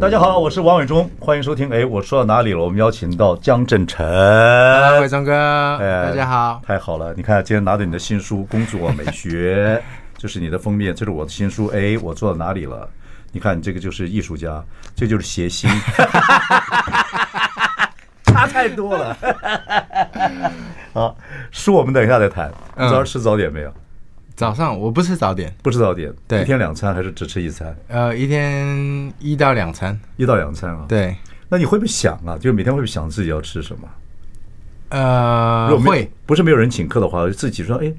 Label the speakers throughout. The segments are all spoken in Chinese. Speaker 1: 大家好，我是王伟忠，欢迎收听。哎，我说到哪里了？我们邀请到江振成。
Speaker 2: 啊，伟忠哥，
Speaker 1: 哎
Speaker 2: 大家好。
Speaker 1: 太好了！你看，今天拿着你的新书《工作美学》，这是你的封面，这是我的新书。哎，我做到哪里了？你看，你这个就是艺术家，这就是谐星， 差太多了。好，书我们等一下再谈。你
Speaker 2: 嗯
Speaker 1: 早上吃早点没有？
Speaker 2: 早上我不吃早点，
Speaker 1: 不吃早点，
Speaker 2: 对
Speaker 1: 一天两餐还是只吃一餐？
Speaker 2: 呃，一天一到两餐。
Speaker 1: 一到两餐啊？。
Speaker 2: 对，
Speaker 1: 那你会不会想啊？就是每天会不会想自己要吃什么？
Speaker 2: 呃，
Speaker 1: 如果没有
Speaker 2: 会
Speaker 1: 不是没有人请客的话，我就自己说，哎，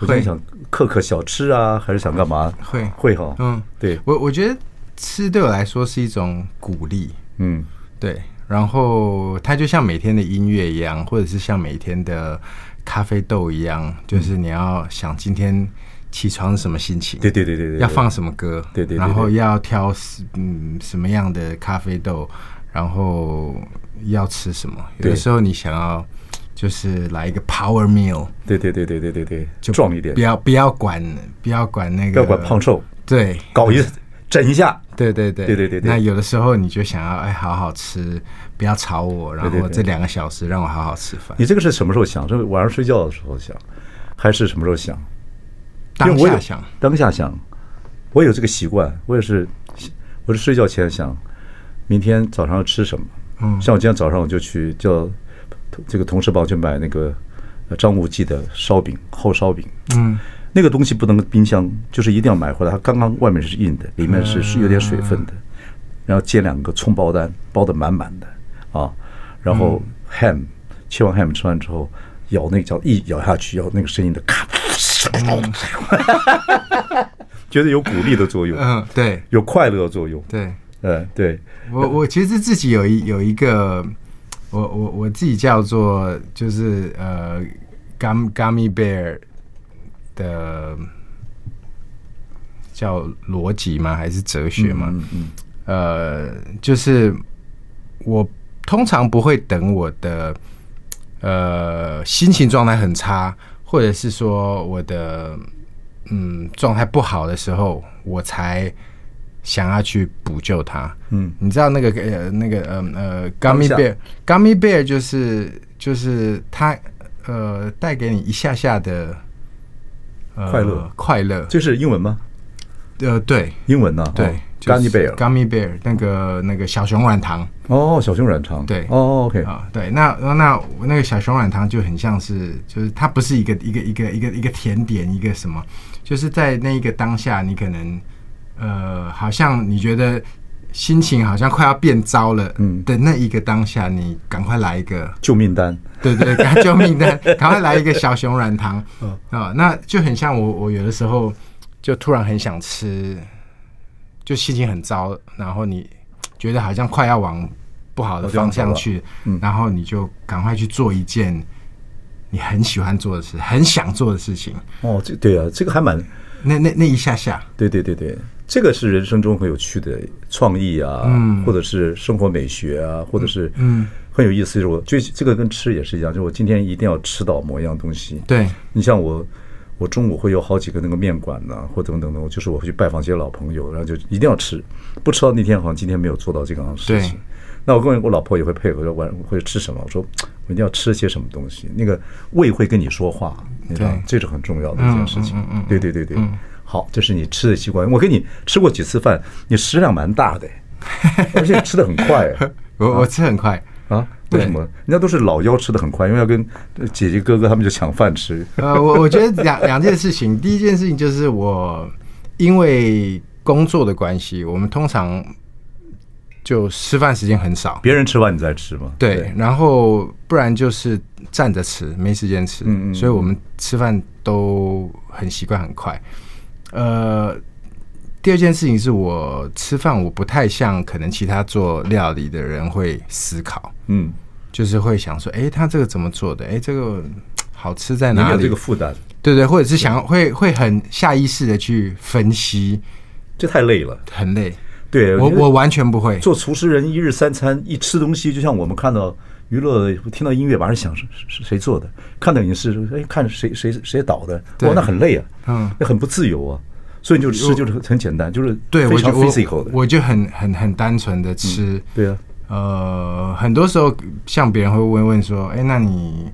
Speaker 1: 我今天想刻刻小吃啊，还是想干嘛？
Speaker 2: 会
Speaker 1: 会哈，
Speaker 2: 嗯，
Speaker 1: 对，
Speaker 2: 我我觉得吃对我来说是一种鼓励，
Speaker 1: 嗯。
Speaker 2: 对。然后它就像每天的音乐一样，或者是像每天的咖啡豆一样，就是你要想今天起床是什么心情，
Speaker 1: 对对对对对，
Speaker 2: 要放什么歌，
Speaker 1: 对对对对
Speaker 2: 然后要挑是嗯什么样的咖啡豆，然后要吃什么。有
Speaker 1: 对
Speaker 2: 的时候你想要就是来一个 power meal，
Speaker 1: 对对对对对对对对，壮一点
Speaker 2: 不，要不要管不要管那个，
Speaker 1: 不要管胖，瘦，
Speaker 2: 对
Speaker 1: 搞一整一下。
Speaker 2: 对对对
Speaker 1: 对对对对
Speaker 2: 那有的时候你就想要哎好好吃，不要吵我，然
Speaker 1: 对对
Speaker 2: 后
Speaker 1: 对
Speaker 2: 这两个小时让我好好吃饭。
Speaker 1: 你这个是什么时候想？是晚上睡觉的时候想，还是什么时候想？因为
Speaker 2: 当
Speaker 1: 我有
Speaker 2: 下想，
Speaker 1: 当下想，我有这个习惯，我也是，我是睡觉前想，明天早上要吃什么。
Speaker 2: 嗯
Speaker 1: 像我今天早上我就去叫这个同事帮我去买那个呃张无忌的烧饼厚烧饼，
Speaker 2: 嗯，
Speaker 1: 那个东西不能冰箱，就是一定要买回来。它刚刚外面是硬的，里面是是有点水分的。然后煎两个葱包蛋，包的满满的啊。然后 ham 切完 ham 吃完之后，咬那个叫一咬下去，咬那个声音的咔，觉得有鼓励的作用，
Speaker 2: 嗯，对
Speaker 1: 有快乐的作用。
Speaker 2: 对。
Speaker 1: 嗯，对，
Speaker 2: 我我其实自己有一有一个，我我我自己叫做就是呃，gum gummy bear 的叫逻辑吗？还是哲学吗？
Speaker 1: 嗯嗯，
Speaker 2: 呃，就是我通常不会等我的呃心情状态很差，或者是说我的嗯状态不好的时候，我才想要去补救它。
Speaker 1: 嗯，
Speaker 2: 你知道那个呃那个呃呃
Speaker 1: 当
Speaker 2: gummy
Speaker 1: 下
Speaker 2: bear gummy bear 就是就是它呃带给你一下下的。呃
Speaker 1: 快乐，
Speaker 2: 快乐，
Speaker 1: 这是英文吗？
Speaker 2: 呃，对，
Speaker 1: 英文呢、啊？
Speaker 2: 对，
Speaker 1: g u n n y bear。
Speaker 2: ，Gummy Bear 那个那个小熊软糖
Speaker 1: 哦，小熊软糖。
Speaker 2: 对
Speaker 1: 哦，OK，
Speaker 2: 啊，对，那那那那个小熊软糖就很像是，就是它不是一个一个一个一个一个甜点一个什么，就是在那一个当下，你可能呃，好像你觉得心情好像快要变糟了，
Speaker 1: 嗯
Speaker 2: 嗯的那一个当下，你赶快来一个
Speaker 1: 救命丹。
Speaker 2: 对对，赶快救命的，赶快来一个小熊软糖啊、那就很像我，我有的时候就突然很想吃，就心情很糟，然后你觉得好像快要往不好的方向去，
Speaker 1: 嗯
Speaker 2: 然后你就赶快去做一件你很喜欢做的事，很想做的事情，
Speaker 1: 哦，这对啊，这个还蛮
Speaker 2: 那那那一下下，
Speaker 1: 对对对对，这个是人生中很有趣的创意啊，
Speaker 2: 嗯
Speaker 1: 或者是生活美学啊，或者是
Speaker 2: 嗯
Speaker 1: 很有意思。就是我就这个跟吃也是一样，就是我今天一定要吃到某一样东西。
Speaker 2: 对，
Speaker 1: 你像我，我中午会有好几个那个面馆呐、或等等等，我就是我会去拜访这些老朋友，然后就一定要吃，不吃到那天好像今天没有做到这个事情
Speaker 2: 对。
Speaker 1: 那我跟我老婆也会配合，说晚会吃什么？我说我一定要吃些什么东西，那个胃会跟你说话，你知道吗
Speaker 2: 对
Speaker 1: 这是很重要的一件事情。
Speaker 2: 嗯嗯嗯嗯
Speaker 1: 对对对对，好，这是你吃的习惯。我跟你吃过几次饭，你食量蛮大的，而且吃的很 快。
Speaker 2: 我我吃很快。
Speaker 1: 啊，为
Speaker 2: 对
Speaker 1: 什么？人家都是老妖吃的很快，因为要跟呃姐姐哥哥他们就抢饭吃。
Speaker 2: 呃，我我觉得两两件事情，第一件事情就是我因为工作的关系，我们通常就吃饭时间很少，
Speaker 1: 别人吃完你再吃嘛。
Speaker 2: 对，然后不然就是站着吃，没时间吃，
Speaker 1: 嗯嗯嗯
Speaker 2: 所以我们吃饭都很习惯很快。呃，第二件事情是我吃饭，我不太像可能其他做料理的人会思考，
Speaker 1: 嗯，
Speaker 2: 就是会想说，哎、他这个怎么做的？哎、这个嘖好吃在
Speaker 1: 你没
Speaker 2: 哪
Speaker 1: 有
Speaker 2: 里？
Speaker 1: 这个负担，
Speaker 2: 对对，或者是想会会很下意识的去分析，
Speaker 1: 这太累了。
Speaker 2: 很累。
Speaker 1: 对
Speaker 2: 我
Speaker 1: 觉得
Speaker 2: 我完全不会，
Speaker 1: 做厨师人一日三餐一吃东西，就像我们看到娱乐，听到音乐马上想是是是谁做的，看到影视哎看谁谁谁导的，
Speaker 2: 对
Speaker 1: 哇那很累啊，
Speaker 2: 嗯，
Speaker 1: 那很不自由啊，所以就吃就是很简单，就是
Speaker 2: 对
Speaker 1: 非
Speaker 2: 我就
Speaker 1: 常
Speaker 2: 我
Speaker 1: physical 的，
Speaker 2: 我就很很很单纯的吃。
Speaker 1: 对啊，
Speaker 2: 呃，很多时候像别人会问问说，哎、那你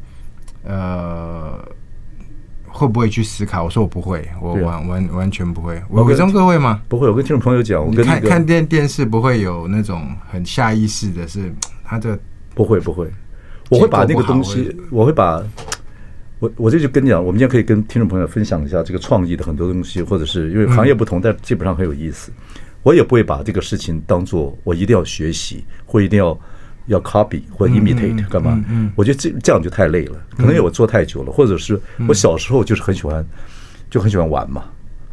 Speaker 2: 呃会不会去思考？我说我不会，我
Speaker 1: 对啊
Speaker 2: 完完完全不会。我
Speaker 1: 我跟
Speaker 2: 伟忠哥会吗？
Speaker 1: 不会，我跟听众朋友讲，我
Speaker 2: 你
Speaker 1: 跟那
Speaker 2: 看
Speaker 1: 个
Speaker 2: 看电电视不会有那种很下意识的是，他的
Speaker 1: 不会不会，我会把那个
Speaker 2: 结果不好
Speaker 1: 东西，我会把，我我这就跟你讲，我们今天可以跟听众朋友分享一下这个创意的很多东西，或者是因为行业不同，但基本上很有意思。我也不会把这个事情当做我一定要学习，或一定要要 copy 或 imitate 干嘛？我觉得这这样就太累了，可能因为我做太久了，或者是我小时候就是很喜欢，就很喜欢玩嘛，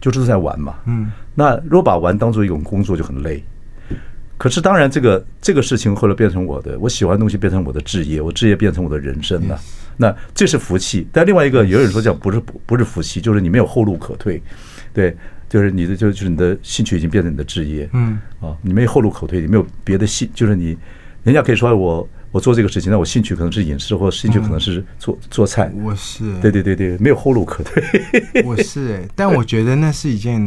Speaker 1: 就是在玩嘛。嗯，那如果把玩当做一种工作，就很累。可是当然，这个这个事情后来变成我的，我喜欢的东西变成我的职业，我职业变成我的人生了。那这是福气，但另外一个也有人说讲不是不不是福气，就是你没有后路可退，对，就是你的就就是你的兴趣已经变成你的职业，
Speaker 2: 嗯
Speaker 1: 啊，你没有后路可退，你没有别的兴，就是你人家可以说我我做这个事情，那我兴趣可能是饮食，或兴趣可能是做做菜，
Speaker 2: 我是
Speaker 1: 对对对对，没有后路可退，
Speaker 2: 我是、哎，但我觉得那是一件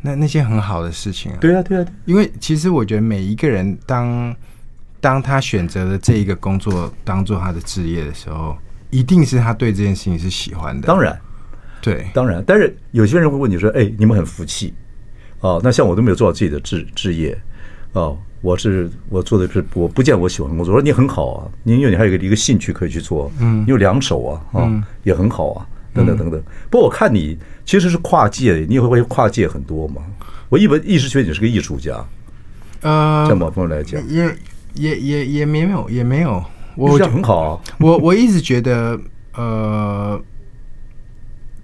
Speaker 2: 那那件很好的事情啊。
Speaker 1: 对啊对啊，对
Speaker 2: 因为其实我觉得每一个人当当他选择了这一个工作当做他的职业的时候，一定是他对这件事情是喜欢的。
Speaker 1: 当，然。
Speaker 2: 对，
Speaker 1: 当然，但是有些人会问你说：“哎，你们很福气哦。”那像我都没有做到自己的置置业哦，我是我做的是我不见我喜欢的工作。我说你很好啊，你因为你还有一个一个兴趣可以去做，嗯，你有两手啊，啊、也很好啊，等等等等。不过我看你其实是跨界，你也会跨界很多嘛。我一本一直觉得你是个艺术家，在
Speaker 2: 呃，
Speaker 1: 某方面来讲，
Speaker 2: 也也也也没有也没有，
Speaker 1: 我
Speaker 2: 我
Speaker 1: 这样很好啊。
Speaker 2: 我我一直觉得，呃，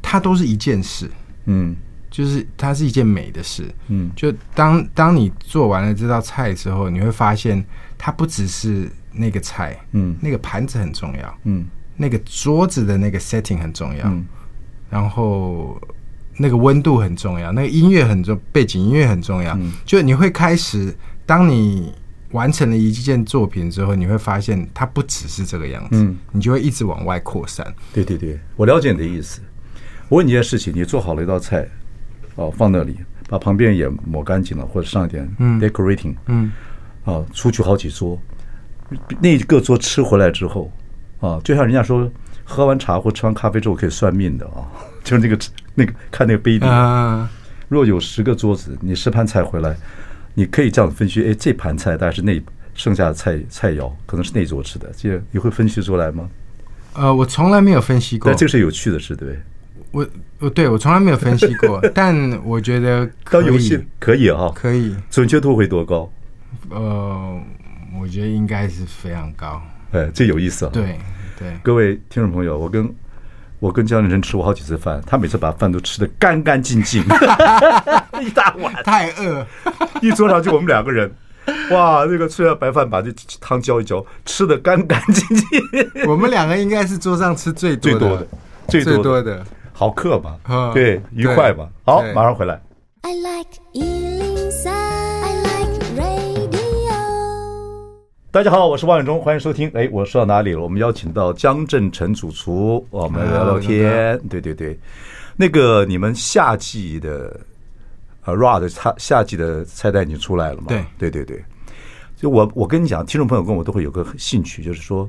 Speaker 2: 它都是一件事，
Speaker 1: 嗯
Speaker 2: 就是它是一件美的事。
Speaker 1: 嗯
Speaker 2: 就当当你做完了这道菜之后，你会发现它不只是那个菜，
Speaker 1: 嗯
Speaker 2: 那个盘子很重要，
Speaker 1: 嗯
Speaker 2: 那个桌子的那个 setting 很重要，
Speaker 1: 嗯
Speaker 2: 然后那个温度很重要，那个音乐很重，背景音乐很重要。
Speaker 1: 嗯
Speaker 2: 就你会开始，当你完成了一件作品之后，你会发现它不只是这个样子，
Speaker 1: 嗯
Speaker 2: 你就会一直往外扩散。
Speaker 1: 对对对，我了解你的意思。我问你一件事情，你做好了一道菜，哦，放那里，把旁边也抹干净了，或者上一点 decorating，
Speaker 2: 嗯，
Speaker 1: 啊，出去好几桌，那个桌吃回来之后，啊，就像人家说，喝完茶或吃完咖啡之后可以算命的啊， 就是那个那个看那个杯底，
Speaker 2: 啊、
Speaker 1: 若有十个桌子，你十盘菜回来，你可以这样分区，哎，这盘菜大概是那剩下的菜菜肴可能是那桌吃的，这你会分区出来吗？
Speaker 2: 呃，我从来没有分析过
Speaker 1: 但，这个是有趣的事，对不对？
Speaker 2: 我我对我从来没有分析 过，但我觉得可
Speaker 1: 当游戏
Speaker 2: 以，
Speaker 1: 可以啊，
Speaker 2: 可以，
Speaker 1: 准确度会多高？
Speaker 2: 呃，我觉得应该是非常高，
Speaker 1: 哎，这有意思啊！，
Speaker 2: 对对，
Speaker 1: 各位听众朋友，我跟我跟江仁吃过好几次饭，他每次把饭都吃得干干净 净，一大碗，
Speaker 2: 太饿。
Speaker 1: 一桌上就我们两个人。哇，那个吃完白饭把这汤浇一浇，吃得干干净净，
Speaker 2: 我们两个应该是桌上吃最
Speaker 1: 最
Speaker 2: 多
Speaker 1: 多的，最
Speaker 2: 最
Speaker 1: 多
Speaker 2: 多
Speaker 1: 的，
Speaker 2: 的。
Speaker 1: 好客嘛
Speaker 2: 嗯，
Speaker 1: 对，愉快嘛。好，
Speaker 2: 对
Speaker 1: 马上回来。
Speaker 3: I like Ealing Sound. I like radio.
Speaker 1: 大家好，我是王永忠，欢迎收听。哎，我说到哪里了？我们邀请到江振成主厨，我们聊聊天。对对对，那个你们夏季的呃 raw 的菜，夏季的菜单已经出来了嘛？
Speaker 2: 对
Speaker 1: 对对对，就我我跟你讲，听众朋友跟我都会有个兴趣，就是说，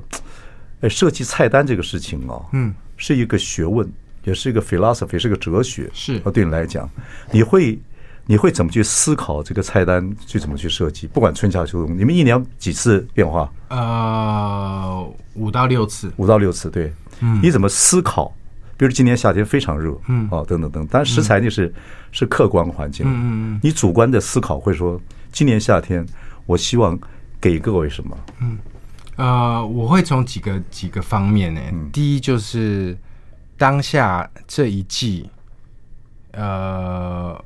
Speaker 1: 哎，设计菜单这个事情哦，嗯，是一个学问，也是一个 philosophy，是个哲学。
Speaker 2: 是
Speaker 1: 啊，对你来讲，你会你会怎么去思考这个菜单，去怎么去设计？不管春夏秋冬，你们一年几次变化？
Speaker 2: 呃，五到六次。
Speaker 1: 五到六次，对。你怎么思考？比如今年夏天非常热，嗯，哦，等等等，当然食材那是、是客观环境，嗯嗯，你主观的思考会说，今年夏天我希望给各位什么？
Speaker 2: 呃，我会从几个几个方面呢、
Speaker 1: 嗯
Speaker 2: 第一就是当下这一季，呃，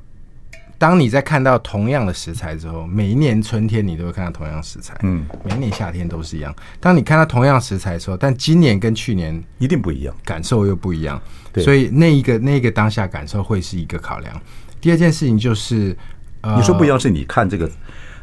Speaker 2: 当你在看到同样的食材之后，每一年春天你都会看到同样食材，
Speaker 1: 嗯，
Speaker 2: 每一年夏天都是一样。当你看到同样食材的时候，但今年跟去年
Speaker 1: 一定不一样。
Speaker 2: 感受又不一样，
Speaker 1: 对
Speaker 2: 所以那一个那一个当下感受会是一个考量。第二件事情就是，呃，
Speaker 1: 你说不一样是你看这个，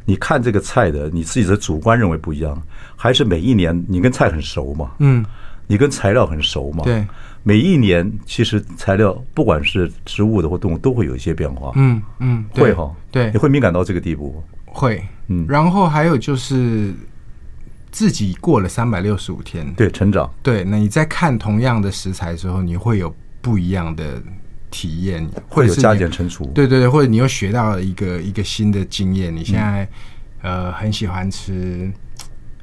Speaker 1: 你看这个菜的你自己的主观认为不一样，还是每一年你跟菜很熟嘛？
Speaker 2: 嗯，
Speaker 1: 你跟材料很熟嘛？
Speaker 2: 对，
Speaker 1: 每一年其实材料不管是植物的或动物都会有一些变化。，
Speaker 2: 嗯嗯，对
Speaker 1: 会哦哈，
Speaker 2: 对
Speaker 1: 你会敏感到这个地步。
Speaker 2: 会，
Speaker 1: 嗯
Speaker 2: 然后还有就是自己过了三百六十五天，
Speaker 1: 对，成长
Speaker 2: 对，那你在看同样的食材之后，你会有不一样的体验，或
Speaker 1: 会
Speaker 2: 者
Speaker 1: 有
Speaker 2: 是
Speaker 1: 加
Speaker 2: 你
Speaker 1: 减乘除。，
Speaker 2: 对对对，或者你又学到了一个一个新的经验，你现在、呃很喜欢吃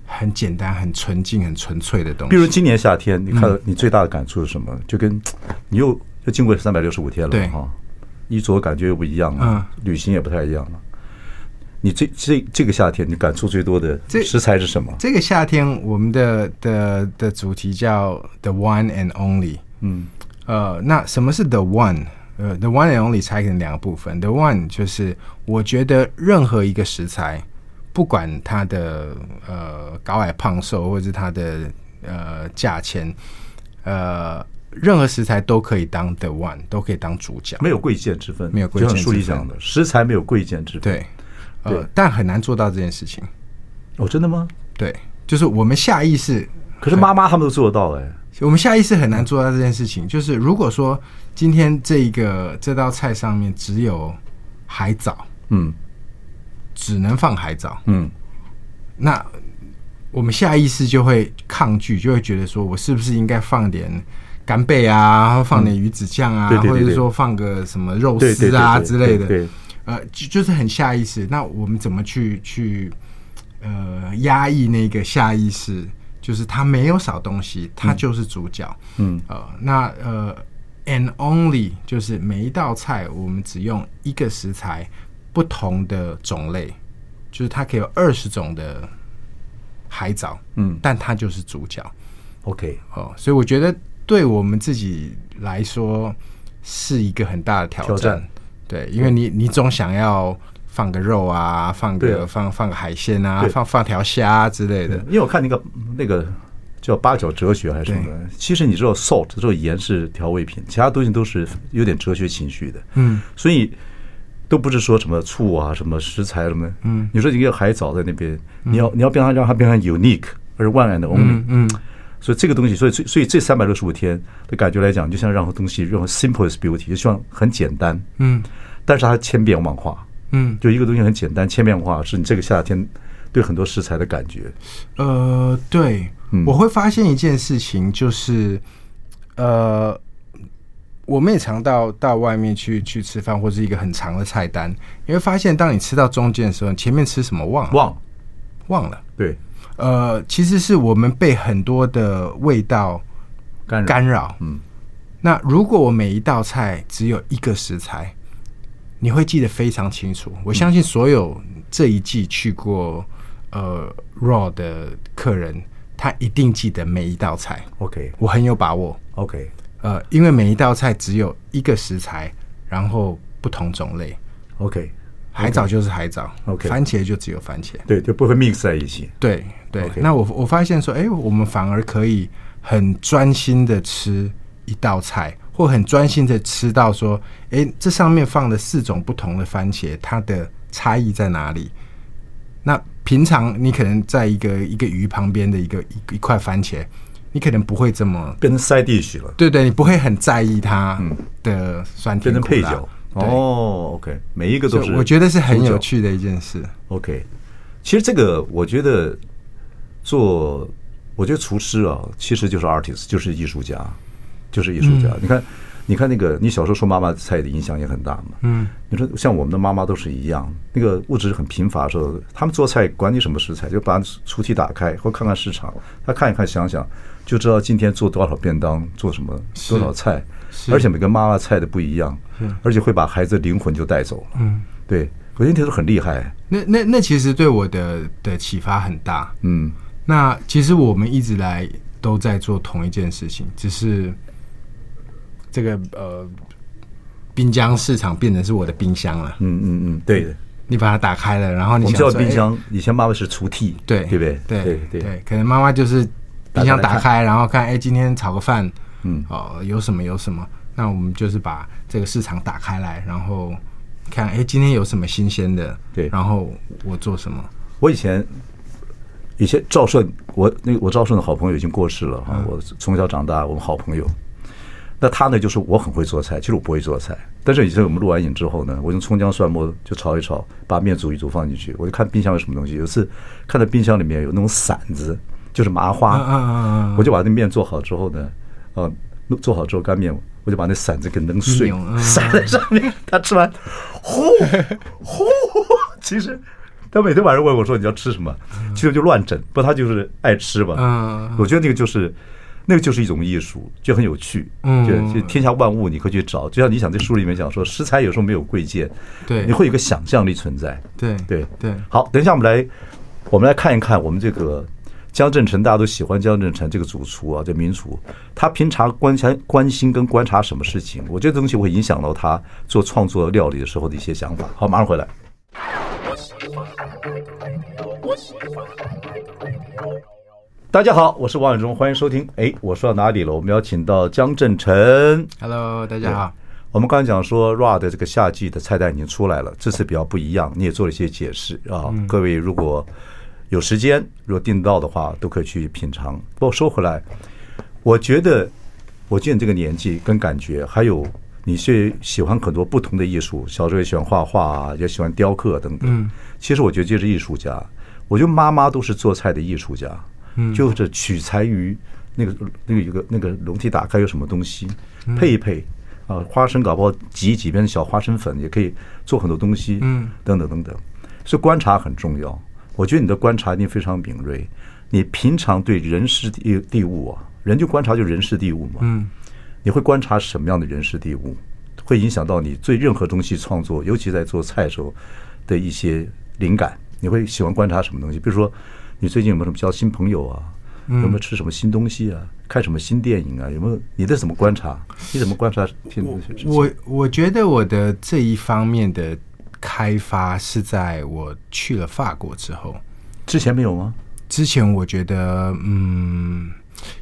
Speaker 2: 很简单、很纯净、很纯粹的东西，
Speaker 1: 比如今年夏天，你看
Speaker 2: 嗯
Speaker 1: 到你最大的感触是什么？就跟你又又经过三百六十五天
Speaker 2: 对嗯
Speaker 1: 了哈，衣着感觉又不一样了，旅行也不太一样了。你这这这个夏天，你感触最多的
Speaker 2: 这
Speaker 1: 食材是什么？
Speaker 2: 这个夏天，我们的的的主题叫 The One and Only。
Speaker 1: 嗯，
Speaker 2: 呃，那什么是 The One？呃，The One and Only 拆成两个部分。The One 就是我觉得任何一个食材，不管它的呃高矮胖瘦，或者是它的呃价钱，呃，任何食材都可以当 The One，都可以当主角。
Speaker 1: 没有贵贱之分，
Speaker 2: 没有贵
Speaker 1: 就像
Speaker 2: 贱
Speaker 1: 书
Speaker 2: 之
Speaker 1: 里
Speaker 2: 分
Speaker 1: 讲的，食材没有贵贱之分。，
Speaker 2: 对，呃
Speaker 1: 对，
Speaker 2: 但很难做到这件事情。
Speaker 1: 哦，真的吗？
Speaker 2: 对，就是我们下意识
Speaker 1: 可是妈妈他们都做得到哎，
Speaker 2: 我们下意识很难做到这件事情。就是如果说今天这一个这道菜上面只有海藻，
Speaker 1: 嗯
Speaker 2: 只能放海藻，
Speaker 1: 嗯，
Speaker 2: 那我们下意识就会抗拒，就会觉得说我是不是应该放点干贝啊，放点鱼子酱啊，
Speaker 1: 对对对
Speaker 2: 或者
Speaker 1: 对
Speaker 2: 是说放个什么肉
Speaker 1: 对对
Speaker 2: 丝啊
Speaker 1: 对对
Speaker 2: 之类的。
Speaker 1: 对对
Speaker 2: 呃，就就是很下意识。那我们怎么去去呃压抑那个下意识？就是他没有少东西，他就是主角。
Speaker 1: 嗯
Speaker 2: 呃，那呃，and only 就是每一道菜我们只用一个食材，不同的种类，就是它可以有二十种的海藻，
Speaker 1: 嗯
Speaker 2: 但它就是主角。
Speaker 1: ，OK，
Speaker 2: 哦，所以我觉得对我们自己来说是一个很大的挑
Speaker 1: 挑战
Speaker 2: 对，因为你你总想要放个肉啊，放
Speaker 1: 对
Speaker 2: 个
Speaker 1: 啊
Speaker 2: 放放个海鲜啊
Speaker 1: 对，
Speaker 2: 放放条虾、啊、之类的。
Speaker 1: 因为我看那个那个叫八角哲学还是什么的，其实你知道 salt 这种盐是调味品，其他东西都是有点哲学情绪的，
Speaker 2: 嗯，
Speaker 1: 所以都不是说什么醋啊、什么食材什么的，嗯，你说一个海藻在那边，你要你要变它让它变成 unique，而 one and only，
Speaker 2: 嗯嗯，
Speaker 1: 所以这个东西，所以所以所以这三百六十五天的感觉来讲，就像让东西让 simple is beauty，就希望很简单，
Speaker 2: 嗯
Speaker 1: 但是它千变万化，
Speaker 2: 嗯，
Speaker 1: 就一个东西很简单，千变万化是你这个夏天对很多食材的感觉，
Speaker 2: 呃，对，
Speaker 1: 嗯
Speaker 2: 我会发现一件事情，就是呃，我们也常到到外面去去吃饭，或是一个很长的菜单，你会发现，当你吃到中间的时候，你前面吃什么忘了
Speaker 1: 忘
Speaker 2: 忘了。
Speaker 1: 对
Speaker 2: 呃，其实是我们被很多的味道
Speaker 1: 干扰
Speaker 2: 干扰。
Speaker 1: 嗯，
Speaker 2: 那如果我每一道菜只有一个食材，你会记得非常清楚。我相信所有这一季去过呃 RAW 的客人，他一定记得每一道菜。
Speaker 1: OK
Speaker 2: 我很有把握。
Speaker 1: OK，
Speaker 2: 呃，因为每一道菜只有一个食材，然后不同种类，
Speaker 1: OK，
Speaker 2: 海藻就是海藻
Speaker 1: OK
Speaker 2: 番茄就只有番茄。
Speaker 1: 对，就不会 mix 在一起。
Speaker 2: 对对
Speaker 1: OK
Speaker 2: 那我我发现说，哎、我们反而可以很专心的吃一道菜，或很专心的吃到说，哎、这上面放的四种不同的番茄，它的差异在哪里？那平常你可能在一个一个鱼旁边的一个一一块番茄，你可能不会这么，
Speaker 1: 变成塞地区了，
Speaker 2: 对对，你不会很在意它的酸
Speaker 1: 嗯变
Speaker 2: 甜
Speaker 1: 成
Speaker 2: 苦
Speaker 1: 配
Speaker 2: 辣。
Speaker 1: 角。
Speaker 2: 对
Speaker 1: 哦，OK，每一个都
Speaker 2: 所以
Speaker 1: 是，
Speaker 2: 我觉得是很
Speaker 1: 主角
Speaker 2: 有趣的一件事。
Speaker 1: OK，其实这个我觉得做，我觉得厨师啊，其实就是 artist，就是艺术家，就是艺术家。你看，你看那个，你小时候受妈妈菜的影响也很大嘛。
Speaker 2: 嗯，
Speaker 1: 你说像我们的妈妈都是一样，那个物质很贫乏的时候，他们做菜管你什么食材，就把抽屉打开或看看市场，他看一看想想，就知道今天做多少便当，做什么多少菜，而且每个妈妈菜的不一样，而且会把孩子灵魂就带走了。嗯，对，我觉得这是很厉害。
Speaker 2: 那那那其实对我的的启发很大。
Speaker 1: 嗯。
Speaker 2: 那其实我们一直来都在做同一件事情，只是这个呃滨江市场变成是我的冰箱了。
Speaker 1: 嗯嗯嗯，对的。
Speaker 2: 你把它打开了，然后你
Speaker 1: 我们
Speaker 2: 想
Speaker 1: 知道
Speaker 2: 说
Speaker 1: 冰
Speaker 2: 哎
Speaker 1: 箱以前妈妈是厨屉，
Speaker 2: 对
Speaker 1: 对不对？
Speaker 2: 对
Speaker 1: 对对。
Speaker 2: 可能妈妈就是冰箱
Speaker 1: 打开
Speaker 2: 打
Speaker 1: 来
Speaker 2: 开，然后看，哎，今天炒个饭，
Speaker 1: 嗯
Speaker 2: 哦，有什么有什么，那我们就是把这个市场打开来，然后看，哎，今天有什么新鲜的，
Speaker 1: 对
Speaker 2: 然后我做什么，
Speaker 1: 我以前以前赵顺，我那个我赵顺的好朋友已经过世了哈、我从小长大，我们好朋友。那他呢，就是我很会做菜，其实我不会做菜，但是以前我们录完影之后呢，我用葱姜蒜末就炒一炒，把面煮一煮放进去，我就看冰箱有什么东西。有一次看到冰箱里面有那种馓子，就是麻花，
Speaker 2: 嗯嗯嗯嗯嗯
Speaker 1: 我就把那面做好之后呢，呃，弄做好之后干面，我就把那馓子给弄碎
Speaker 2: 一扭，嗯
Speaker 1: 撒在上面。他吃完，呼呼，其实他每天晚上问我说你要吃什么，其实就乱整，不他就是爱吃吧。
Speaker 2: 嗯
Speaker 1: 我觉得那个就是。那个就是一种艺术，就很有趣。
Speaker 2: 嗯
Speaker 1: 就就天下万物，你可以去找。就像你想，这书里面讲说，食材有时候没有贵贱，
Speaker 2: 对
Speaker 1: 你会有一个想象力存在。
Speaker 2: 对
Speaker 1: 对
Speaker 2: 对
Speaker 1: 好，等一下我们来，我们来看一看我们这个江振成，大家都喜欢江振成这个主厨啊，这名厨，他平常关心关心跟观察什么事情？我觉得这东西会影响到他做创作料理的时候的一些想法。好，马上回来。大家好，我是王永忠，欢迎收听。哎，我说到哪里了？我们邀请到江振成。
Speaker 2: ，Hello，大家好，
Speaker 1: 我们刚才讲说 RA 的这个夏季的菜单已经出来了，这次比较不一样，你也做了一些解释啊。各位如果有时间，如果订得到的话，都可以去品尝。不过说回来，我觉得我见这个年纪跟感觉，还有你是喜欢很多不同的艺术，小时候也喜欢画画啊，也喜欢雕刻等等。其实我觉得这是艺术家，我觉得妈妈都是做菜的艺术家，就是取材于那个那个有个那个笼屉打开有什么东西，配一配。啊，花生搞不好挤一挤变成小花生粉，也可以做很多东西，嗯，等等等等，所以观察很重要。我觉得你的观察一定非常敏锐，你平常对人事地地物啊，人就观察就人事地物嘛，嗯，你会观察什么样的人事地物，会影响到你对任何东西创作，尤其在做菜的时候的一些灵感。你会喜欢观察什么东西？比如说，你最近有没有什么交新朋友啊？
Speaker 2: 嗯
Speaker 1: 有没有吃什么新东西啊？看什么新电影啊？有没有你的怎么观察？你怎么观察现在的事情？
Speaker 2: 我我觉得我的这一方面的开发是在我去了法国之后，
Speaker 1: 之前没有吗？
Speaker 2: 之前我觉得嗯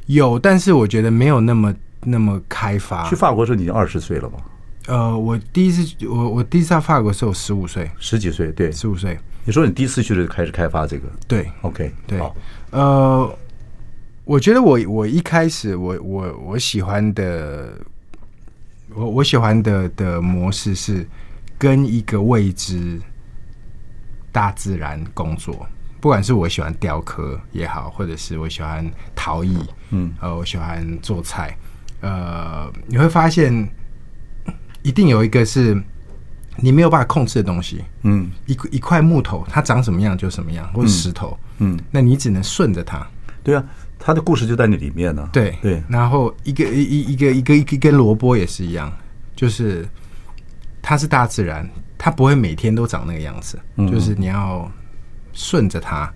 Speaker 2: 有，但是我觉得没有那么那么开发
Speaker 1: 去，法国的时候你已经二十岁了吧？
Speaker 2: 呃，我第一次我我第一次到法国的时候十五岁，
Speaker 1: 十几岁？对，
Speaker 2: 十五岁，
Speaker 1: 你说你第一次去就开始开发这个
Speaker 2: 对
Speaker 1: ？OK，
Speaker 2: 对
Speaker 1: 好，
Speaker 2: 呃，我觉得我我一开始我我我喜欢的，我我喜欢的的模式是跟一个未知大自然工作，不管是我喜欢雕刻也好，或者是我喜欢陶艺，嗯，呃，我喜欢做菜，呃，你会发现一定有一个是你没有办法控制的东西，
Speaker 1: 嗯
Speaker 2: 一一块木头，它长什么样就什么样，或者石头，
Speaker 1: 嗯，
Speaker 2: 那你只能顺着它。
Speaker 1: 对啊，他的故事就在你里面呢、
Speaker 2: 对
Speaker 1: 对，
Speaker 2: 然后一个一一一个一个一个一根萝卜也是一样，就是它是大自然，它不会每天都长那个样子，
Speaker 1: 嗯
Speaker 2: 就是你要顺着它，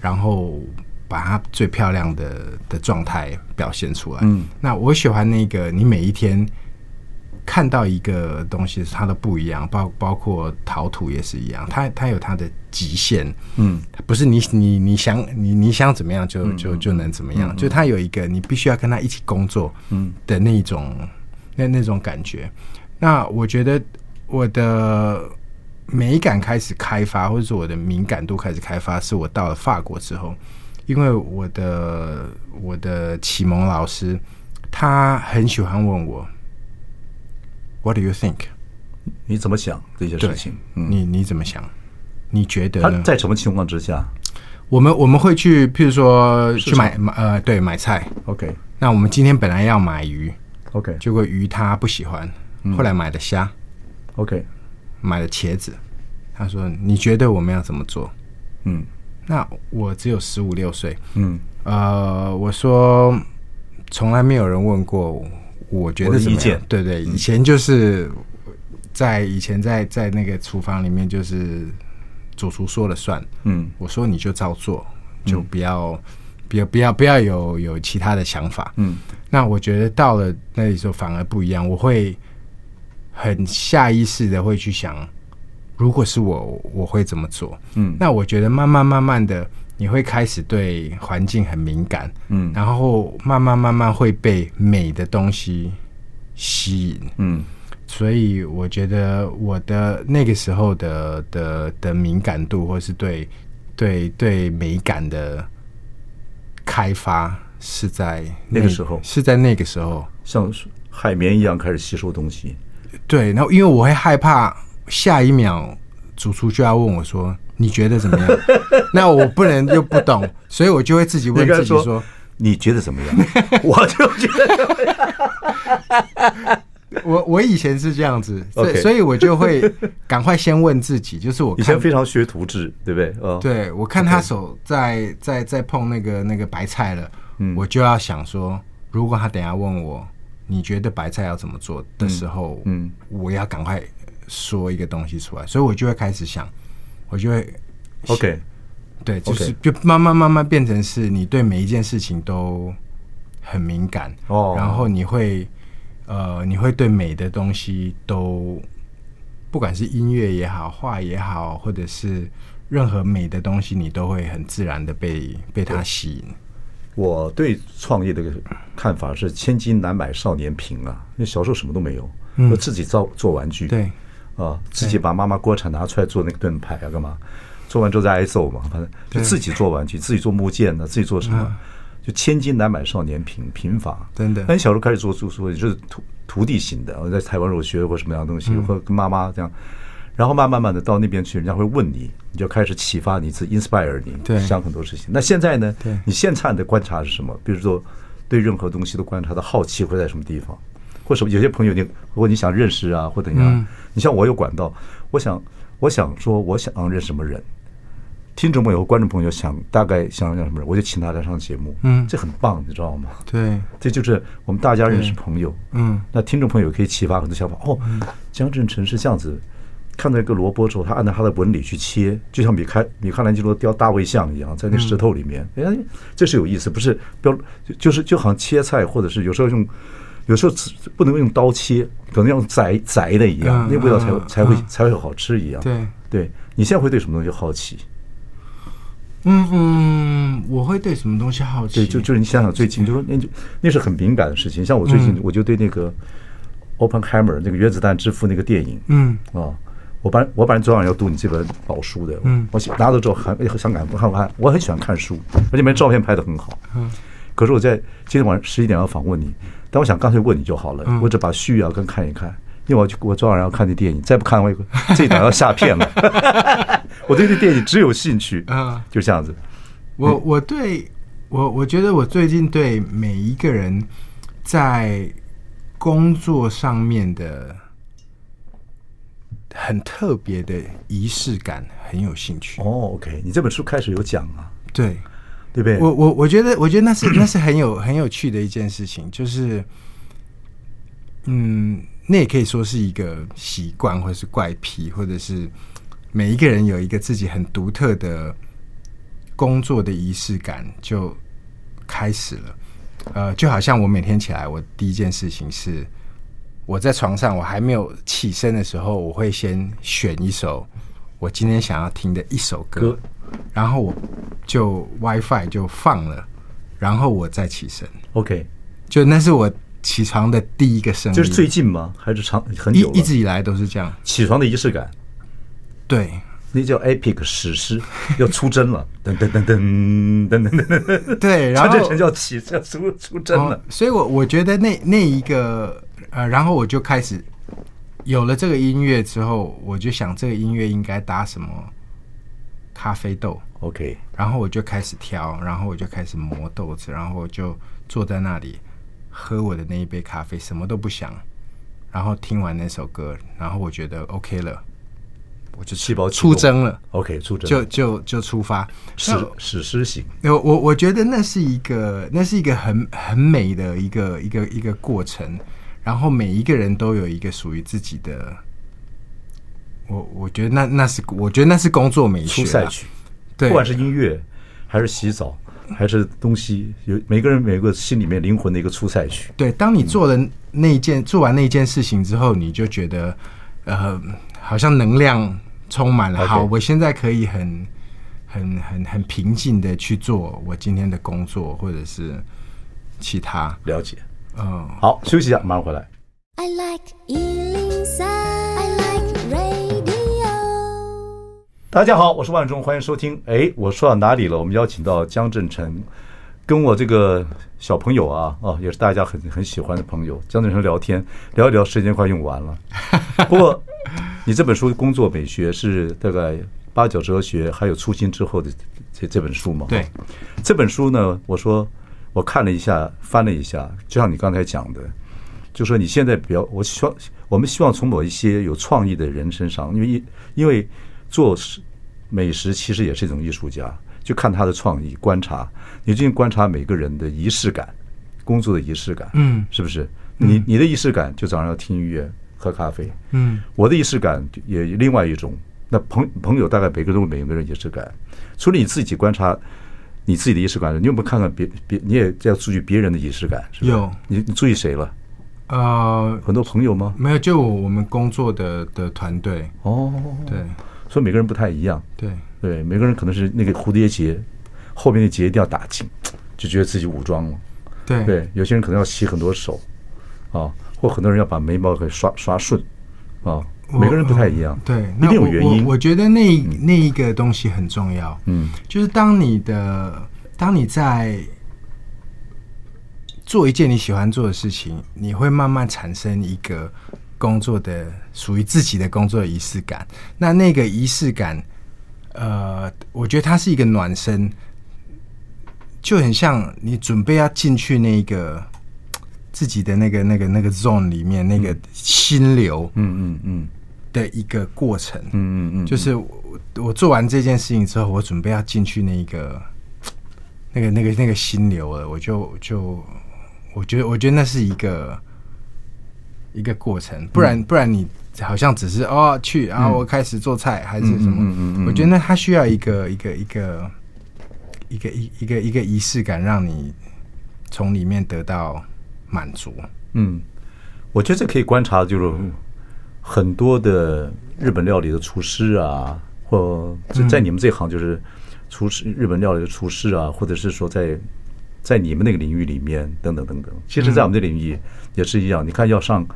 Speaker 2: 然后把它最漂亮的的状态表现出来。
Speaker 1: 嗯，
Speaker 2: 那我喜欢那个你每一天。看到一个东西，它都不一样，包包括陶土也是一样，它它有它的极限，
Speaker 1: 嗯，
Speaker 2: 它不是你你你想你你想怎么样就就就能怎么样，就它有一个你必须要跟他一起工作，嗯的那一种那那种感觉。那我觉得我的美感开始开发，或者是我的敏感度开始开发，是我到了法国之后，因为我的我的启蒙老师他很喜欢问我，What do you think？
Speaker 1: 你怎么想这些
Speaker 2: 对
Speaker 1: 事情？，嗯
Speaker 2: 你你怎么想？你觉得
Speaker 1: 他
Speaker 2: 呢？
Speaker 1: 在什么情况之下
Speaker 2: 我们我们会去，譬如说去
Speaker 1: 场
Speaker 2: 买买呃，对，买菜。
Speaker 1: ？OK
Speaker 2: 那我们今天本来要买鱼，
Speaker 1: OK
Speaker 2: 结果鱼他不喜欢，
Speaker 1: 嗯
Speaker 2: 后来买了虾，
Speaker 1: OK，
Speaker 2: 买了茄子。他说：“你觉得我们要怎么做
Speaker 1: 嗯？”
Speaker 2: 那我只有十五六岁，
Speaker 1: 嗯，
Speaker 2: 呃，我说从来没有人问过我觉
Speaker 1: 我
Speaker 2: 得
Speaker 1: 的
Speaker 2: 怎么
Speaker 1: 意见嗯
Speaker 2: 样对对，以前就是在以前在在那个厨房里面就是主厨说了算，
Speaker 1: 嗯，
Speaker 2: 我说你就照做，就不要、不要不要不要有有其他的想法，
Speaker 1: 嗯，
Speaker 2: 那我觉得到了那里之后反而不一样，我会很下意识的会去想，如果是我，我会怎么做？
Speaker 1: 嗯
Speaker 2: 那我觉得慢慢慢慢的，你会开始对环境很敏感，
Speaker 1: 嗯
Speaker 2: 然后慢慢慢慢会被美的东西吸引，
Speaker 1: 嗯
Speaker 2: 所以我觉得我的那个时候的的的敏感度，或是对对对美感的开发，是在
Speaker 1: 那个时候
Speaker 2: 是在那个时候。
Speaker 1: 像海绵一样开始吸收东西。
Speaker 2: 对，然后因为我会害怕下一秒主厨就要问我说：“你觉得怎么样？” 那我不能又不懂，所以我就会自己
Speaker 1: 你
Speaker 2: 问
Speaker 1: 应该
Speaker 2: 自己
Speaker 1: 说
Speaker 2: 说：“
Speaker 1: 你觉得怎 么样？我就觉 得
Speaker 2: 我我以前是这样子，所
Speaker 1: OK
Speaker 2: 以所以我就会赶快先问自己，就是我
Speaker 1: 以
Speaker 2: 看
Speaker 1: 前非常学徒制，对不对？哦，，
Speaker 2: 对我看他手在在在碰那个那个白菜了，
Speaker 1: 嗯
Speaker 2: 我就要想说，如果他等一下问我你觉得白菜要怎么做的时候，
Speaker 1: 嗯嗯
Speaker 2: 我要赶快说一个东西出来，所以我就会开始想，我就会
Speaker 1: OK，
Speaker 2: 对，就是
Speaker 1: OK
Speaker 2: 就慢慢慢慢变成是你对每一件事情都很敏感
Speaker 1: 哦
Speaker 2: 然后你会呃，你会对美的东西都，不管是音乐也好，画也好，或者是任何美的东西，你都会很自然的被被它吸引。
Speaker 1: 我对创业的看法是千金难买少年贫啊，因为小时候什么都没有，我自己造做玩具，
Speaker 2: 嗯对，
Speaker 1: 啊，自己把妈妈锅铲拿出来做那个盾牌啊，干嘛？做完之后再挨揍嘛，反正就
Speaker 2: 对嗯
Speaker 1: 自己做玩具，自己做木剑呢、啊自己做什么，就千金难买少年贫，贫乏。
Speaker 2: 真的
Speaker 1: 那你小时候开始做做做，你就是徒徒弟型的，哦我在台湾我学过什么样的东
Speaker 2: 嗯
Speaker 1: 西，或者跟妈妈这样，然后慢慢慢的到那边去，人家会问你，你就开始启发你，自 inspire 你，
Speaker 2: 对
Speaker 1: 想很多事情。那现在呢
Speaker 2: 对？
Speaker 1: 你现在的观察是什么？比如说对任何东西的观察的好奇会在什么地方？或什么？有些朋友你或你想认识啊，或怎样？
Speaker 2: 嗯
Speaker 1: 你像我有管道，我想我想说我想认识什么人，听众朋友和观众朋友想大概想让什么人，我就请他来上节目，
Speaker 2: 嗯
Speaker 1: 这很棒，你知道吗？
Speaker 2: 对，
Speaker 1: 这就是我们大家认识朋友，
Speaker 2: 嗯，
Speaker 1: 那听众朋友可以启发很多想法。哦，江振成是这样子，看到一个萝卜之后，他按照他的纹理去切，就像米开米开朗基罗雕大卫像一样，在那石头里面，
Speaker 2: 嗯
Speaker 1: 哎，这是有意思，不是标，就就是就好像切菜，或者是有时候用，有时候只不能用刀切，可能要用宰宰的一样，
Speaker 2: 嗯
Speaker 1: 那味道才
Speaker 2: 嗯
Speaker 1: 才会
Speaker 2: 嗯
Speaker 1: 才会好吃一样。
Speaker 2: 对，
Speaker 1: 对你现在会对什么东西好奇？
Speaker 2: 嗯嗯，我会对什么东西好奇？
Speaker 1: 对，就就是你想想最近，就说那就那是很敏感的事情。像我最近，我就对那个 Oppenheimer 那个原子弹之父那个电影，
Speaker 2: 嗯
Speaker 1: 啊，我本来我本来昨晚要读你这本宝书的，
Speaker 2: 嗯
Speaker 1: 我想拿到之后很很想赶快看看，我很喜欢看书，而且里面照片拍的很好，嗯，可是我在今天晚上十一点要访问你，但我想干脆问你就好了，我只把序啊跟看一看，因为我去我昨晚要看那电影，再不看我也 这一档要下片了， 我对这电影只有兴趣，
Speaker 2: 啊
Speaker 1: 就这样子，
Speaker 2: 我我对我我觉得我最近对每一个人在工作上面的很特别的仪式感很有兴趣。
Speaker 1: 哦，OK，你这本书开始有讲啊，
Speaker 2: 对
Speaker 1: 对不对？
Speaker 2: 我我我觉得我觉得那是 那是很有很有趣的一件事情，就是嗯，那也可以说是一个习惯，或者是怪癖，或者是每一个人有一个自己很独特的工作的仪式感就开始了。呃，就好像我每天起来，我第一件事情是我在床上，我还没有起身的时候，我会先选一首我今天想要听的一首歌，
Speaker 1: 歌
Speaker 2: 然后我就 WiFi 就放了，然后我再起身，
Speaker 1: OK，
Speaker 2: 就那是我起床的第一个声音，
Speaker 1: 就是最近吗？还是长很
Speaker 2: 一
Speaker 1: 久了？
Speaker 2: 一直以来都是这样，
Speaker 1: 起床的仪式感。
Speaker 2: 对，
Speaker 1: 那叫 epic 史诗， 要出征了，噔噔噔噔噔噔噔噔，
Speaker 2: 对，然
Speaker 1: 张
Speaker 2: 后
Speaker 1: 振成要起要出出征
Speaker 2: 哦
Speaker 1: 了。
Speaker 2: 所以我我觉得那那一个呃，然后我就开始有了这个音乐之后，我就想这个音乐应该搭什么咖啡豆，
Speaker 1: OK，
Speaker 2: 然后我就开始挑，然后我就开始磨豆子，然后我就坐在那里喝我的那一杯咖啡，什么都不想，然后听完那首歌，然后我觉得 OK 了，我就
Speaker 1: 气饱起
Speaker 2: 出
Speaker 1: 动
Speaker 2: 征了，
Speaker 1: ，OK，出征
Speaker 2: 就就就出发。
Speaker 1: 史
Speaker 2: 那
Speaker 1: 史诗型。
Speaker 2: 我我我觉得那是一个，那是一个很很美的一个一个一个过程，然后每一个人都有一个属于自己的。我我觉得那那是我觉得那是工作美学
Speaker 1: 出
Speaker 2: 啦，
Speaker 1: 赛曲，
Speaker 2: 对
Speaker 1: 不管是音乐还是洗澡，还是东西有每个人每个心里面灵魂的一个出赛区。
Speaker 2: 对，当你做了那一件、做完那一件事情之后，你就觉得呃，好像能量充满了。
Speaker 1: OK
Speaker 2: 好，我现在可以很、很、很、很平静的去做我今天的工作，或者是其他。
Speaker 1: 了解。
Speaker 2: 嗯，
Speaker 1: 好，休息一下，马上回来。
Speaker 3: I like Ealing Sound. I like radio.
Speaker 1: 大家好，我是万忠，欢迎收听。哎，我说到哪里了？我们邀请到江振成，跟我这个小朋友啊，啊，也是大家很很喜欢的朋友，江振成聊天聊一聊，时间快用完了。不过，你这本书《工作美学》是大概八九哲学还有初心之后的这这本书嘛？
Speaker 2: 对，
Speaker 1: 这本书呢，我说我看了一下，翻了一下，就像你刚才讲的，就说你现在比较，我希望我们希望从某一些有创意的人身上，因为一因为做食美食其实也是一种艺术家，就看他的创意，观察，你最近观察每个人的仪式感，工作的仪式感，
Speaker 2: 嗯
Speaker 1: 是不是？你你的仪式感就早上要听音乐、喝咖啡，
Speaker 2: 嗯，
Speaker 1: 我的仪式感也另外一种。那朋朋友大概每个人都有每个人仪式感，除了你自己观察你自己的仪式感，你有没有看看别别你也要注意别人的仪式感？是吧
Speaker 2: 有
Speaker 1: 你你注意谁了？
Speaker 2: 呃，
Speaker 1: 很多朋友吗？
Speaker 2: 没有，就我们工作的的团队，
Speaker 1: 哦，
Speaker 2: 对
Speaker 1: 所以每个人不太一样，
Speaker 2: 对，
Speaker 1: 对，每个人可能是那个蝴蝶结后面的结一定要打紧，就觉得自己武装了。
Speaker 2: 对
Speaker 1: 对，有些人可能要洗很多手，啊，或很多人要把眉毛给刷刷顺，啊，每个人不太一样，
Speaker 2: 哦对，
Speaker 1: 一
Speaker 2: 那
Speaker 1: 定有
Speaker 2: 我
Speaker 1: 原
Speaker 2: 我
Speaker 1: 因。
Speaker 2: 我觉得那那一个东西很重要。
Speaker 1: 嗯，
Speaker 2: 就是当你的当你在做一件你喜欢做的事情，你会慢慢产生一个工作的属于自己的工作仪式感。那那个仪式感，呃，我觉得它是一个暖身，就很像你准备要进去那个。自己的那个、那个、那个 zone 里面，那个心流，
Speaker 1: 嗯嗯嗯
Speaker 2: 的一个过程。
Speaker 1: 嗯嗯嗯，
Speaker 2: 就是我我做完这件事情之后，我准备要进去那个那个那个那个心流了，我就就我觉得我觉得那是一个一个过程，不
Speaker 1: 嗯
Speaker 2: 然、不然你好像只是哦去啊，我开始做菜还是什么，
Speaker 1: 嗯嗯嗯嗯嗯
Speaker 2: 我觉得那它需要一个一个一个一个一一个一个仪式感，让你从里面得到满足。
Speaker 1: 嗯，我觉得这可以观察，就是很多的日本料理的厨师啊，或在在你们这行就是厨师，日本料理的厨师啊，或者是说在在你们那个领域里面，等等等等。其实，在我们这领域也是一样。你看，要上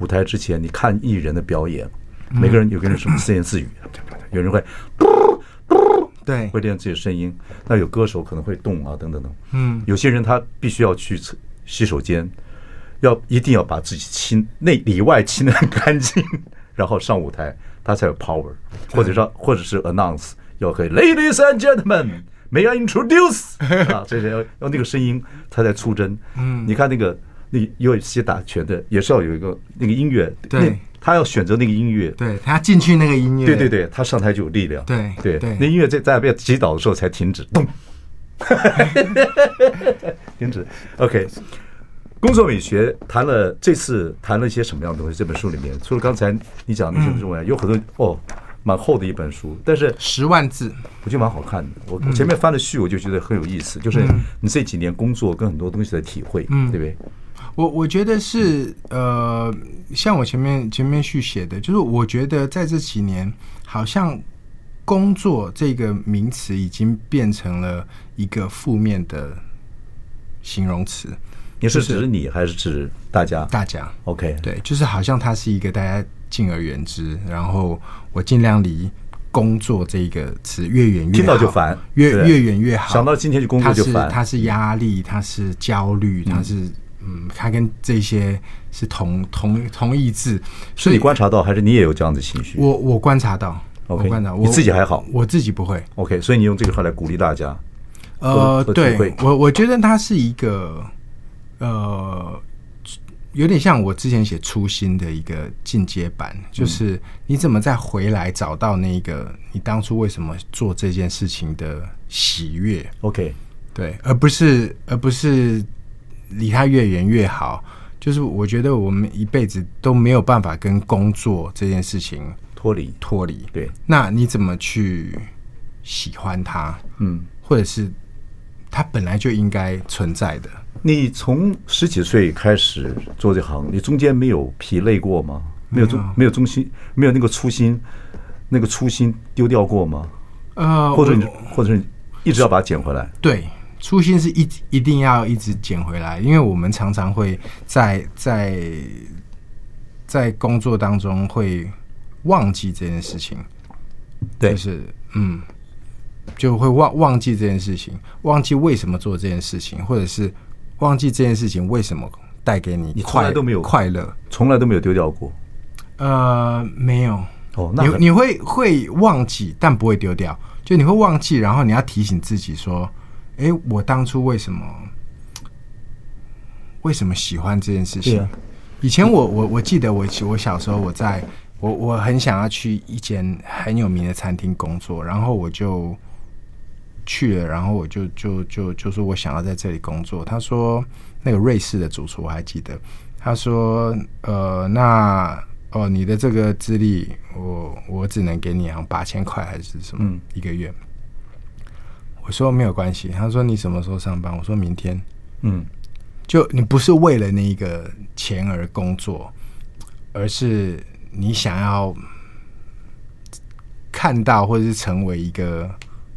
Speaker 1: 舞台之前，你看艺人的表演，每个人有个人是自言自语，有人会
Speaker 2: 对，
Speaker 1: 会练自己的声音，那有歌手可能会动啊，等等等。
Speaker 2: 嗯
Speaker 1: 有些人他必须要去厕洗手间，要一定要把自己清内里外清的很干净，然后上舞台，他才有 power，或者说或者是 announce 要可以 ladies and gentlemen。May I introduce 啊，这些要要那个声音，他才出真。嗯，你看那个那个 UFC 打拳的，也是要有一个那个音乐，
Speaker 2: 对
Speaker 1: 那，他要选择那个音乐，
Speaker 2: 对，他进去那个音乐，
Speaker 1: 对对对，他上台就有力量。
Speaker 2: 对
Speaker 1: 对
Speaker 2: 对
Speaker 1: 那音乐在在被击倒的时候才停止， 咚，停止。OK，工作美学谈了这次谈了一些什么样的东西？这本书里面，除了刚才你讲的
Speaker 2: 嗯
Speaker 1: 那些之外，有很多哦，蛮厚的一本书，但是
Speaker 2: 十万字，
Speaker 1: 我觉得蛮好看的。我
Speaker 2: 嗯
Speaker 1: 我前面翻了序，我就觉得很有意思，就是你这几年工作跟很多东西的体会，
Speaker 2: 嗯
Speaker 1: 对不对？
Speaker 2: 我我觉得是呃，像我前面前面去写的，就是我觉得在这几年，好像工作这个名词已经变成了一个负面的形容词，
Speaker 1: 你是指你还是指大家
Speaker 2: 大家
Speaker 1: ？OK，
Speaker 2: 对，就是好像它是一个大家敬而远之，然后我尽量离工作这个词越远越好，
Speaker 1: 听到就烦
Speaker 2: 越
Speaker 1: 对
Speaker 2: 越远越好。
Speaker 1: 想到今天去工作就烦
Speaker 2: 它是它是压力，它是焦虑，它是嗯，它跟这些是同同同义字，
Speaker 1: 是你观察到，还是你也有这样的情绪？
Speaker 2: 我我观察到。我
Speaker 1: OK，
Speaker 2: 观察，
Speaker 1: 你
Speaker 2: 我
Speaker 1: 自己还好
Speaker 2: 我自己不会。
Speaker 1: OK，所以你用这句话来鼓励大家。或
Speaker 2: 呃，
Speaker 1: 者体
Speaker 2: 对
Speaker 1: 会
Speaker 2: 我，我觉得它是一个呃，有点像我之前写初心的一个进阶版，
Speaker 1: 嗯
Speaker 2: 就是你怎么再回来找到那个你当初为什么做这件事情的喜悦，
Speaker 1: OK，
Speaker 2: 对，而不是而不是离它越远越好。就是我觉得我们一辈子都没有办法跟工作这件事情
Speaker 1: 脱离，
Speaker 2: 脱离，
Speaker 1: 对，
Speaker 2: 那你怎么去喜欢它？
Speaker 1: 嗯
Speaker 2: 或者是它本来就应该存在的。
Speaker 1: 你从十几岁开始做这行，你中间没有疲累过吗？没有中
Speaker 2: 没有
Speaker 1: 没有中心，没有那个初心，那个初心丢掉过吗？
Speaker 2: 呃，
Speaker 1: 或者
Speaker 2: 我
Speaker 1: 你，或者你一直要把它捡回来？
Speaker 2: 对，初心是一一定要一直捡回来，因为我们常常会在在在工作当中会忘记这件事情，
Speaker 1: 对
Speaker 2: 就是嗯，就会忘忘记这件事情，忘记为什么做这件事情，或者是忘记这件事情为什么带给你
Speaker 1: 你从
Speaker 2: 快
Speaker 1: 来都没有
Speaker 2: 快乐。
Speaker 1: 从来都没有丢掉过。
Speaker 2: 呃，没有。
Speaker 1: 哦，那很
Speaker 2: 你你会会忘记，但不会丢掉。就你会忘记，然后你要提醒自己说：“诶，我当初为什么为什么喜欢这件事情？”
Speaker 1: 对啊
Speaker 2: 以前我我我记得我我小时候我在我我很想要去一间很有名的餐厅工作，然后我就去了，然后我就就就就说我想要在这里工作。他说那个瑞士的主厨我还记得，他说呃那哦你的这个资历我我只能给你好像八千块还是什么
Speaker 1: 嗯
Speaker 2: 一个月。我说没有关系，他说你什么时候上班？我说明天。
Speaker 1: 嗯，
Speaker 2: 就你不是为了那一个钱而工作，而是你想要看到或者是成为一个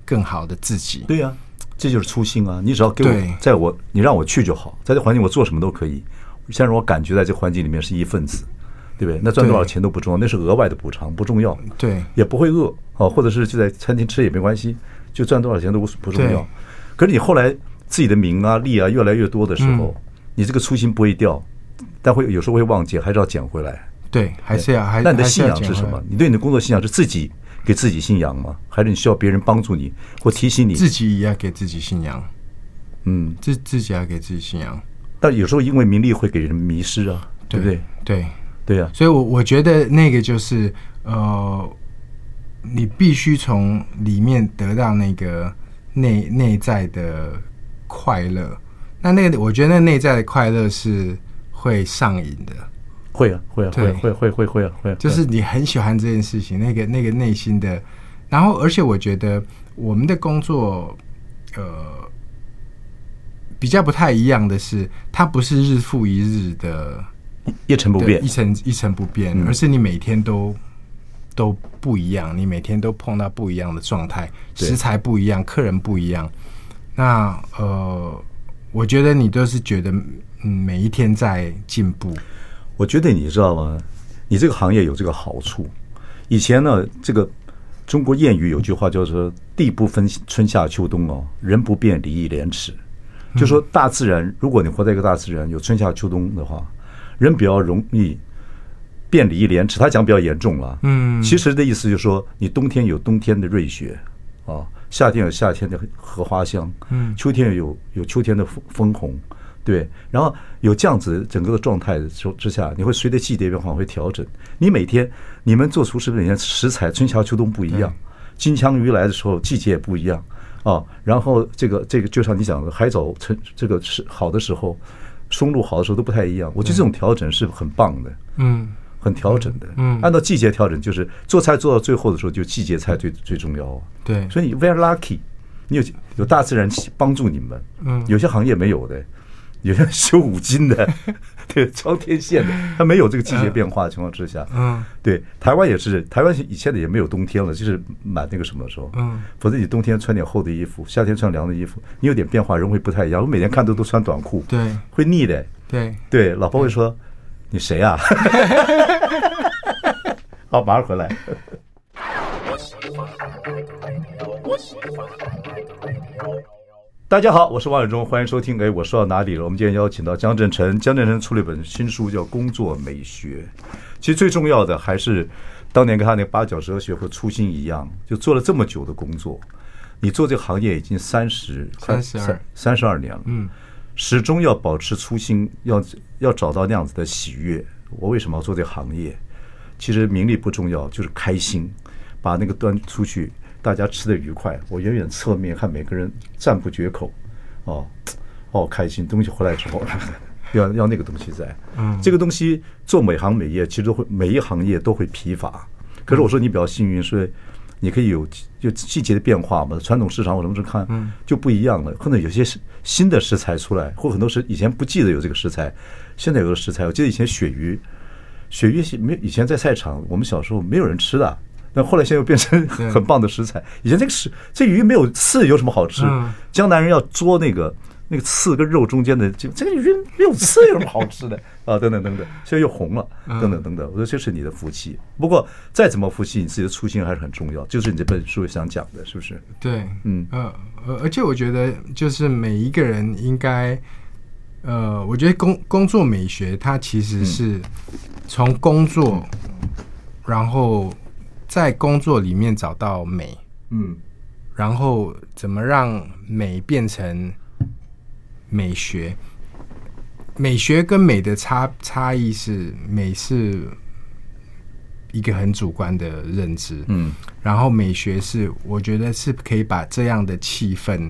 Speaker 2: 更好的自己。
Speaker 1: 对呀、这就是初心啊！你只要给我
Speaker 2: 对，
Speaker 1: 在我你让我去就好，在这环境我做什么都可以，先让我感觉在这环境里面是一份子，对不对？那赚多少
Speaker 2: 对
Speaker 1: 钱都不重要，那是额外的补偿，不重要。
Speaker 2: 对
Speaker 1: 也不会饿啊，或者是就在餐厅吃也没关系，就赚多少钱都不不重
Speaker 2: 对
Speaker 1: 要。可是你后来自己的名啊、利啊越来越多的时候，
Speaker 2: 嗯
Speaker 1: 你这个初心不会掉，但会有时候会忘记，还是要捡回来。
Speaker 2: 对，还是要还
Speaker 1: 那你的
Speaker 2: 还是
Speaker 1: 信
Speaker 2: 要
Speaker 1: 仰是
Speaker 2: 捡回
Speaker 1: 什
Speaker 2: 来
Speaker 1: 么？你对你的工作信仰是自己给自己信仰吗？还是你需要别人帮助你或提醒你？
Speaker 2: 自己也要给自己信仰，
Speaker 1: 嗯，
Speaker 2: 自自己要给自己信仰，
Speaker 1: 但有时候因为名利会给人迷失啊，对不对？
Speaker 2: 对。
Speaker 1: 对啊，
Speaker 2: 所以我，我觉得那个就是呃，你必须从里面得到那个内内在的快乐。那那个，我觉得那内在的快乐是会上瘾的，
Speaker 1: 会啊，会啊，会
Speaker 2: 对
Speaker 1: 啊会会会会啊会啊，
Speaker 2: 就是你很喜欢这件事情，那个那个内心的。然后，而且我觉得我们的工作，呃，比较不太一样的是，它不是日复一日的
Speaker 1: 一成不
Speaker 2: 对
Speaker 1: 变嗯
Speaker 2: 一。成一成不变，而是你每天都都不一样，你每天都碰到不一样的状态，
Speaker 1: 对
Speaker 2: 食材不一样，客人不一样。那呃，我觉得你都是觉得嗯，每一天在进步，
Speaker 1: 我觉得你知道吗？你这个行业有这个好处。以前呢，这个中国谚语有句话叫做“地不分春夏秋冬”哦，人不变，礼义廉耻。就说大自然，如果你活在一个大自然有春夏秋冬的话，人比较容易变礼义廉耻。他讲比较严重了，
Speaker 2: 嗯
Speaker 1: 其实的意思就是说，你冬天有冬天的瑞雪啊，夏天有夏天的荷花香，
Speaker 2: 嗯
Speaker 1: 秋天有有秋天的枫枫红，对，然后有这样子整个的状态的时候之下，你会随着季节变化会调整。你每天你们做厨师每天食材春夏秋冬不一样，
Speaker 2: 嗯
Speaker 1: 金枪鱼来的时候季节也不一样啊。然后这个这个就像你讲的，海藻成这个是好的时候，松露好的时候都不太一样。我觉得这种调整是很棒的。
Speaker 2: 嗯
Speaker 1: 很调整的，
Speaker 2: 嗯
Speaker 1: 按照季节调整，就是做菜做到最后的时候，就季节菜最最重要啊。
Speaker 2: 对
Speaker 1: 所以你 very lucky，你有有大自然帮助你们，
Speaker 2: 嗯
Speaker 1: 有些行业没有的，有些修五金的， 对，装天线的，它没有这个季节变化的情况之下，
Speaker 2: 嗯
Speaker 1: 对，台湾也是，台湾以前的也没有冬天了，就是满那个什么时候，
Speaker 2: 嗯，
Speaker 1: 否则你冬天穿点厚的衣服，夏天穿凉的衣服，你有点变化，人会不太一样。我每天看都都穿短裤，
Speaker 2: 对
Speaker 1: 会腻的。
Speaker 2: 对
Speaker 1: 对，老婆会说：“你谁啊？” 好，马上回来。大家好，我是王永忠，欢迎收听。哎，我说到哪里了？我们今天邀请到江振成，江振成出了一本新书，叫《工作美学》。其实最重要的还是当年跟他那八角哲学和初心一样，就做了这么久的工作。你做这个行业已经三十
Speaker 2: 32
Speaker 1: 三十二年了，嗯，始终要保持初心，要要找到那样子的喜悦。我为什么要做这个行业？其实名利不重要，就是开心，把那个端出去，大家吃的愉快。我远远侧面看每个人赞不绝口，哦，哦，开心。东西回来之后， 要要那个东西在。嗯，这个东西做每行每业，其实都会每一行业都会疲乏。可是我说你比较幸运，是你可以有有季节的变化嘛。传统市场我能不能看就不一样了，可能有些是新的食材出来，或很多是以前不记得有这个食材，现在有的食材，我记得以前鳕鱼，鳕鱼是没有以前在菜场，我们小时候没有人吃的。那后来现在又变成很棒的食材。以前这个是这鱼没有刺，有什么好吃？
Speaker 2: 嗯
Speaker 1: 江南人要捉那个那个刺跟肉中间的，这这个鱼没有刺有什么好吃的 啊？等等等等，现在又红了，
Speaker 2: 嗯
Speaker 1: 等等等等。我说这是你的福气。不过再怎么福气，你自己的初心还是很重要，就是你这本书想讲的，是不是？
Speaker 2: 对，
Speaker 1: 嗯
Speaker 2: 呃，而而且我觉得就是每一个人应该，呃，我觉得工工作美学它其实是从工作，然后在工作里面找到美，
Speaker 1: 嗯
Speaker 2: 然后怎么让美变成美学？美学跟美的差差异是，美是一个很主观的认知，
Speaker 1: 嗯
Speaker 2: 然后美学是我觉得是可以把这样的气氛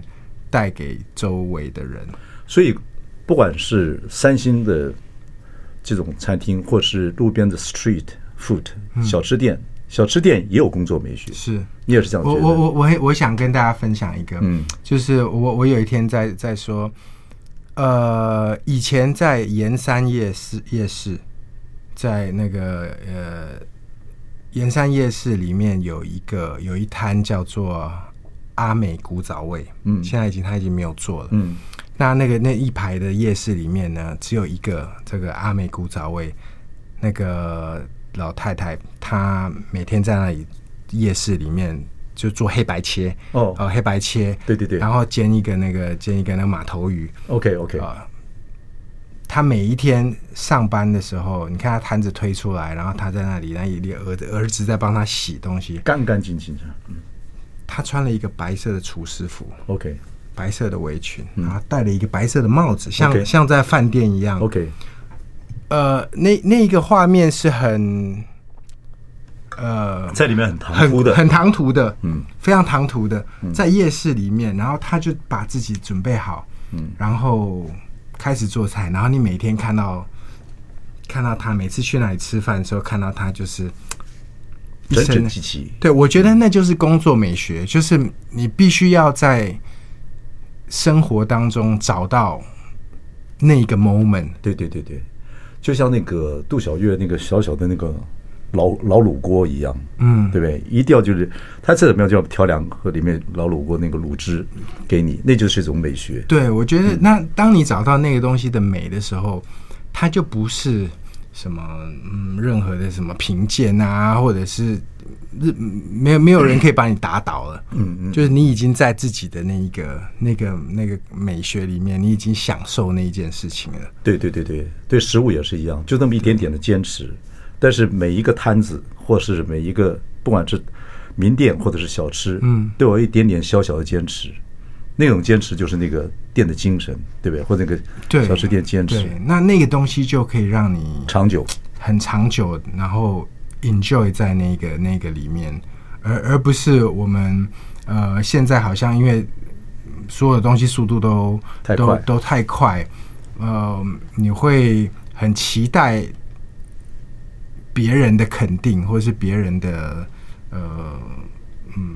Speaker 2: 带给周围的人。
Speaker 1: 所以，不管是三星的这种餐厅，或是路边的 street food 小吃店，小吃店也有工作美学。
Speaker 2: 嗯是
Speaker 1: 你也是这样觉
Speaker 2: 我
Speaker 1: 得？
Speaker 2: 我我我很我想跟大家分享一个，
Speaker 1: 嗯
Speaker 2: 就是我我有一天在在说，呃，以前在盐山夜市夜市，在那个呃盐山夜市里面有一个有一摊叫做阿美古早味，
Speaker 1: 嗯
Speaker 2: 现在已经他已经没有做了，
Speaker 1: 嗯
Speaker 2: 那那个那一排的夜市里面呢，只有一个这个阿美古早味那个老太太，她每天在那里夜市里面就做黑白切
Speaker 1: 哦
Speaker 2: 呃黑白切，
Speaker 1: 对对对
Speaker 2: 然后煎一个那个煎一个那个马头鱼，
Speaker 1: ，OK OK，
Speaker 2: 啊，他每一天上班的时候，你看他摊子推出来，然后他在那里，然后也儿子儿子在帮他洗东西，
Speaker 1: 干干净净的
Speaker 2: 他穿了一个白色的厨师服，
Speaker 1: ，OK
Speaker 2: 白色的围裙，然后戴了一个白色的帽子，像
Speaker 1: 嗯 OK
Speaker 2: 像在饭店一样。
Speaker 1: OK，
Speaker 2: 呃，那那一个画面是很呃
Speaker 1: 在里面很唐
Speaker 2: 很
Speaker 1: 突的，
Speaker 2: 很唐突的，
Speaker 1: 嗯，
Speaker 2: 非常唐突的，在夜市里面，然后他就把自己准备好，
Speaker 1: 嗯，
Speaker 2: 然后开始做菜，然后你每天看到看到他，每次去那里吃饭的时候，看到他就是一
Speaker 1: 整
Speaker 2: 身
Speaker 1: 整齐齐。
Speaker 2: 对，我觉得那就是工作美学，就是你必须要在生活当中找到那个 moment。
Speaker 1: 对对对对，就像那个杜小月那个小小的那个老老卤锅一样，
Speaker 2: 嗯
Speaker 1: 对不对？一定要就是他再怎么样就要调两和里面老卤锅那个卤汁给你，那就是一种美学。
Speaker 2: 对，我觉得
Speaker 1: 嗯
Speaker 2: 那当你找到那个东西的美的时候，它就不是什么嗯任何的什么评鉴啊，或者是日嗯没有没有人可以把你打倒了。
Speaker 1: 嗯嗯，
Speaker 2: 就是你已经在自己的那一个、那个、那个美学里面，你已经享受那一件事情了。
Speaker 1: 对对对对对，食物也是一样，就那么一点点的坚持，但是每一个摊子或是每一个不管是名店或者是小吃，
Speaker 2: 嗯
Speaker 1: 都有一点点小小的坚持，那种坚持就是那个店的精神，对不对？或者那
Speaker 2: 对，
Speaker 1: 个小吃店坚持
Speaker 2: 对，那那个东西就可以让你
Speaker 1: 长久，
Speaker 2: 很长久，然后 enjoy 在那个那个里面，而而不是我们呃现在好像因为所有的东西速度都
Speaker 1: 太
Speaker 2: 都
Speaker 1: 快
Speaker 2: 都太快，呃，你会很期待别人的肯定，或是别人的呃嗯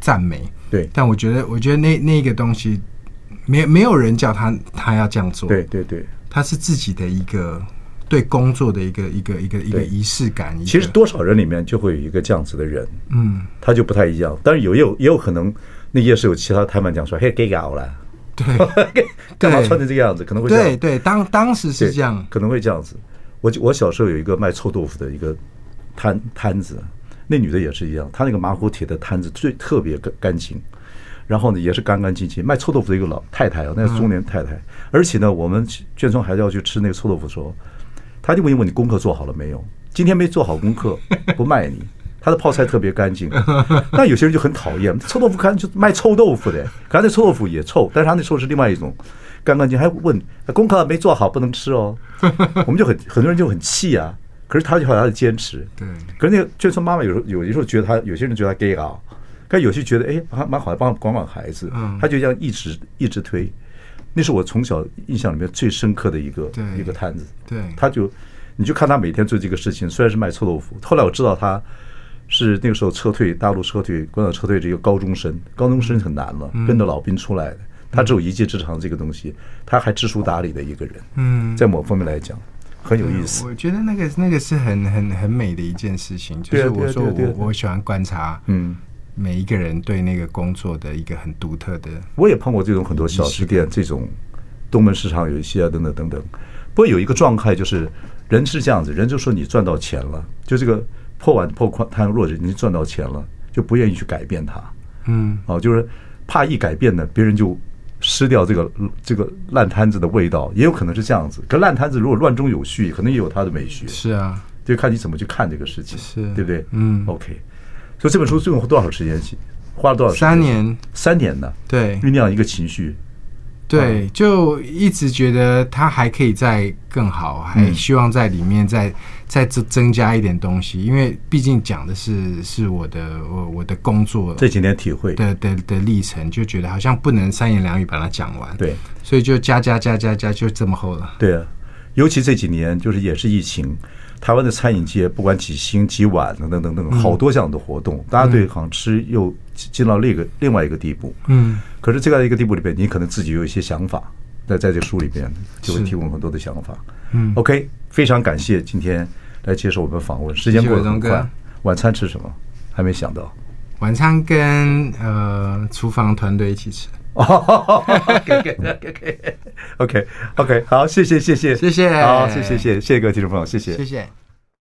Speaker 2: 赞美，
Speaker 1: 对
Speaker 2: 但我觉得我觉得那那个东西。没没有人叫他，他要这样做。
Speaker 1: 对对对。
Speaker 2: 它是自己的一个对工作的一个一个一个一个
Speaker 1: 对
Speaker 2: 仪式感。一个
Speaker 1: 其实多少人里面就会有一个这样子的人，
Speaker 2: 嗯，
Speaker 1: 他就不太一样。当然有也有也有可能那夜市有其他摊贩讲说，嘿，给搞了，
Speaker 2: 对
Speaker 1: 干嘛穿成这个样子？可能会这样
Speaker 2: 对对，当当时是
Speaker 1: 对
Speaker 2: 这样，
Speaker 1: 可能会这样子。我就我小时候有一个卖臭豆腐的一个摊摊子，那女的也是一样，她那个马古铁的摊子最特别干干净，然后呢也是干干净净。卖臭豆腐的一个老太太啊，那是中年太
Speaker 2: 嗯
Speaker 1: 太，而且呢，我们眷村还要去吃那个臭豆腐的时候，她就问一问你功课做好了没有？今天没做好功 课，不卖你。她的泡菜特别干净，那有些人就很讨厌臭豆腐，看就卖臭豆腐的，可他那臭豆腐也臭，但是他那臭是另外一种干干净，还问功课没做好不能吃 哦，我们就很很多人就很气啊。可是他就有他的坚持，
Speaker 2: 对
Speaker 1: 可是那个眷村妈妈有时候有时候觉得她，有些人觉得她 gay 啊，但有些觉得哎还蛮好的，帮管管孩子
Speaker 2: 嗯，
Speaker 1: 她就这样一直一直推。那是我从小印象里面最深刻的一个
Speaker 2: 对
Speaker 1: 一个摊子，
Speaker 2: 对
Speaker 1: 他就你就看他每天做这个事情，虽然是卖臭豆腐，后来我知道他是那个时候撤退，大陆撤退，关岛撤退这个高中生，高中生很难了，
Speaker 2: 嗯
Speaker 1: 跟着老兵出来的，他只有一技之长这个东西，他还知书达理的一个人，
Speaker 2: 嗯，
Speaker 1: 在某方面来讲很有意思。
Speaker 2: 我觉得那个那个是很很很美的一件事情，就
Speaker 1: 对啊
Speaker 2: 是
Speaker 1: 对啊
Speaker 2: 我说
Speaker 1: 对啊对啊
Speaker 2: 我
Speaker 1: 对啊
Speaker 2: 我喜欢观察，
Speaker 1: 嗯，
Speaker 2: 每一个人对那个工作的一个很独特的，
Speaker 1: 我也碰过这种很多小吃店，这种东门市场有一些啊，等等等等。不过有一个状态就是，人是这样子，人就说你赚到钱了，就这个破碗破宽摊弱者，你赚到钱了，就不愿意去改变它。
Speaker 2: 嗯
Speaker 1: 哦，就是怕一改变呢，别人就失掉这个这个烂摊子的味道，也有可能是这样子。可烂摊子如果乱中有序，可能也有它的美学，
Speaker 2: 是啊，
Speaker 1: 就看你怎么去看这个事情，
Speaker 2: 是
Speaker 1: 对不对？
Speaker 2: 嗯
Speaker 1: ，OK。所以这本书最后多少时间写？花了多少时间？
Speaker 2: 三嗯年，
Speaker 1: 三年呢？
Speaker 2: 对
Speaker 1: 酝酿一个情绪，
Speaker 2: 对，
Speaker 1: 嗯
Speaker 2: 就一直觉得他还可以再更好，
Speaker 1: 嗯
Speaker 2: 还希望在里面再再增增加一点东西，因为毕竟讲的是是我的我我的工作
Speaker 1: 这几年体会。
Speaker 2: 的的的历程，就觉得好像不能三言两语把它讲完，
Speaker 1: 对，
Speaker 2: 所以就加加加加加就这么厚了，
Speaker 1: 对啊，尤其这几年就是也是疫情，台湾的餐饮界不管几星几晚等等等
Speaker 2: 嗯
Speaker 1: 等，好多这样的活动，大家对好像吃又进到另一个另外一个地步。
Speaker 2: 嗯，
Speaker 1: 可是这样一个地步里边，你可能自己有一些想法，在在这个书里边就会
Speaker 2: 是
Speaker 1: 提供很多的想法。
Speaker 2: 嗯
Speaker 1: ，OK，非常感谢今天来接受我们访问，时间过得很
Speaker 2: 谢谢伟
Speaker 1: 快
Speaker 2: 忠哥。
Speaker 1: 晚餐吃什么？还没想到。
Speaker 2: 晚餐跟呃厨房团队一起吃，
Speaker 1: 哦，OK，OK，OK，OK，好，谢谢，谢谢，
Speaker 2: 谢谢
Speaker 1: 好，谢谢，谢谢谢谢各位听众朋友，谢谢，
Speaker 2: 谢谢。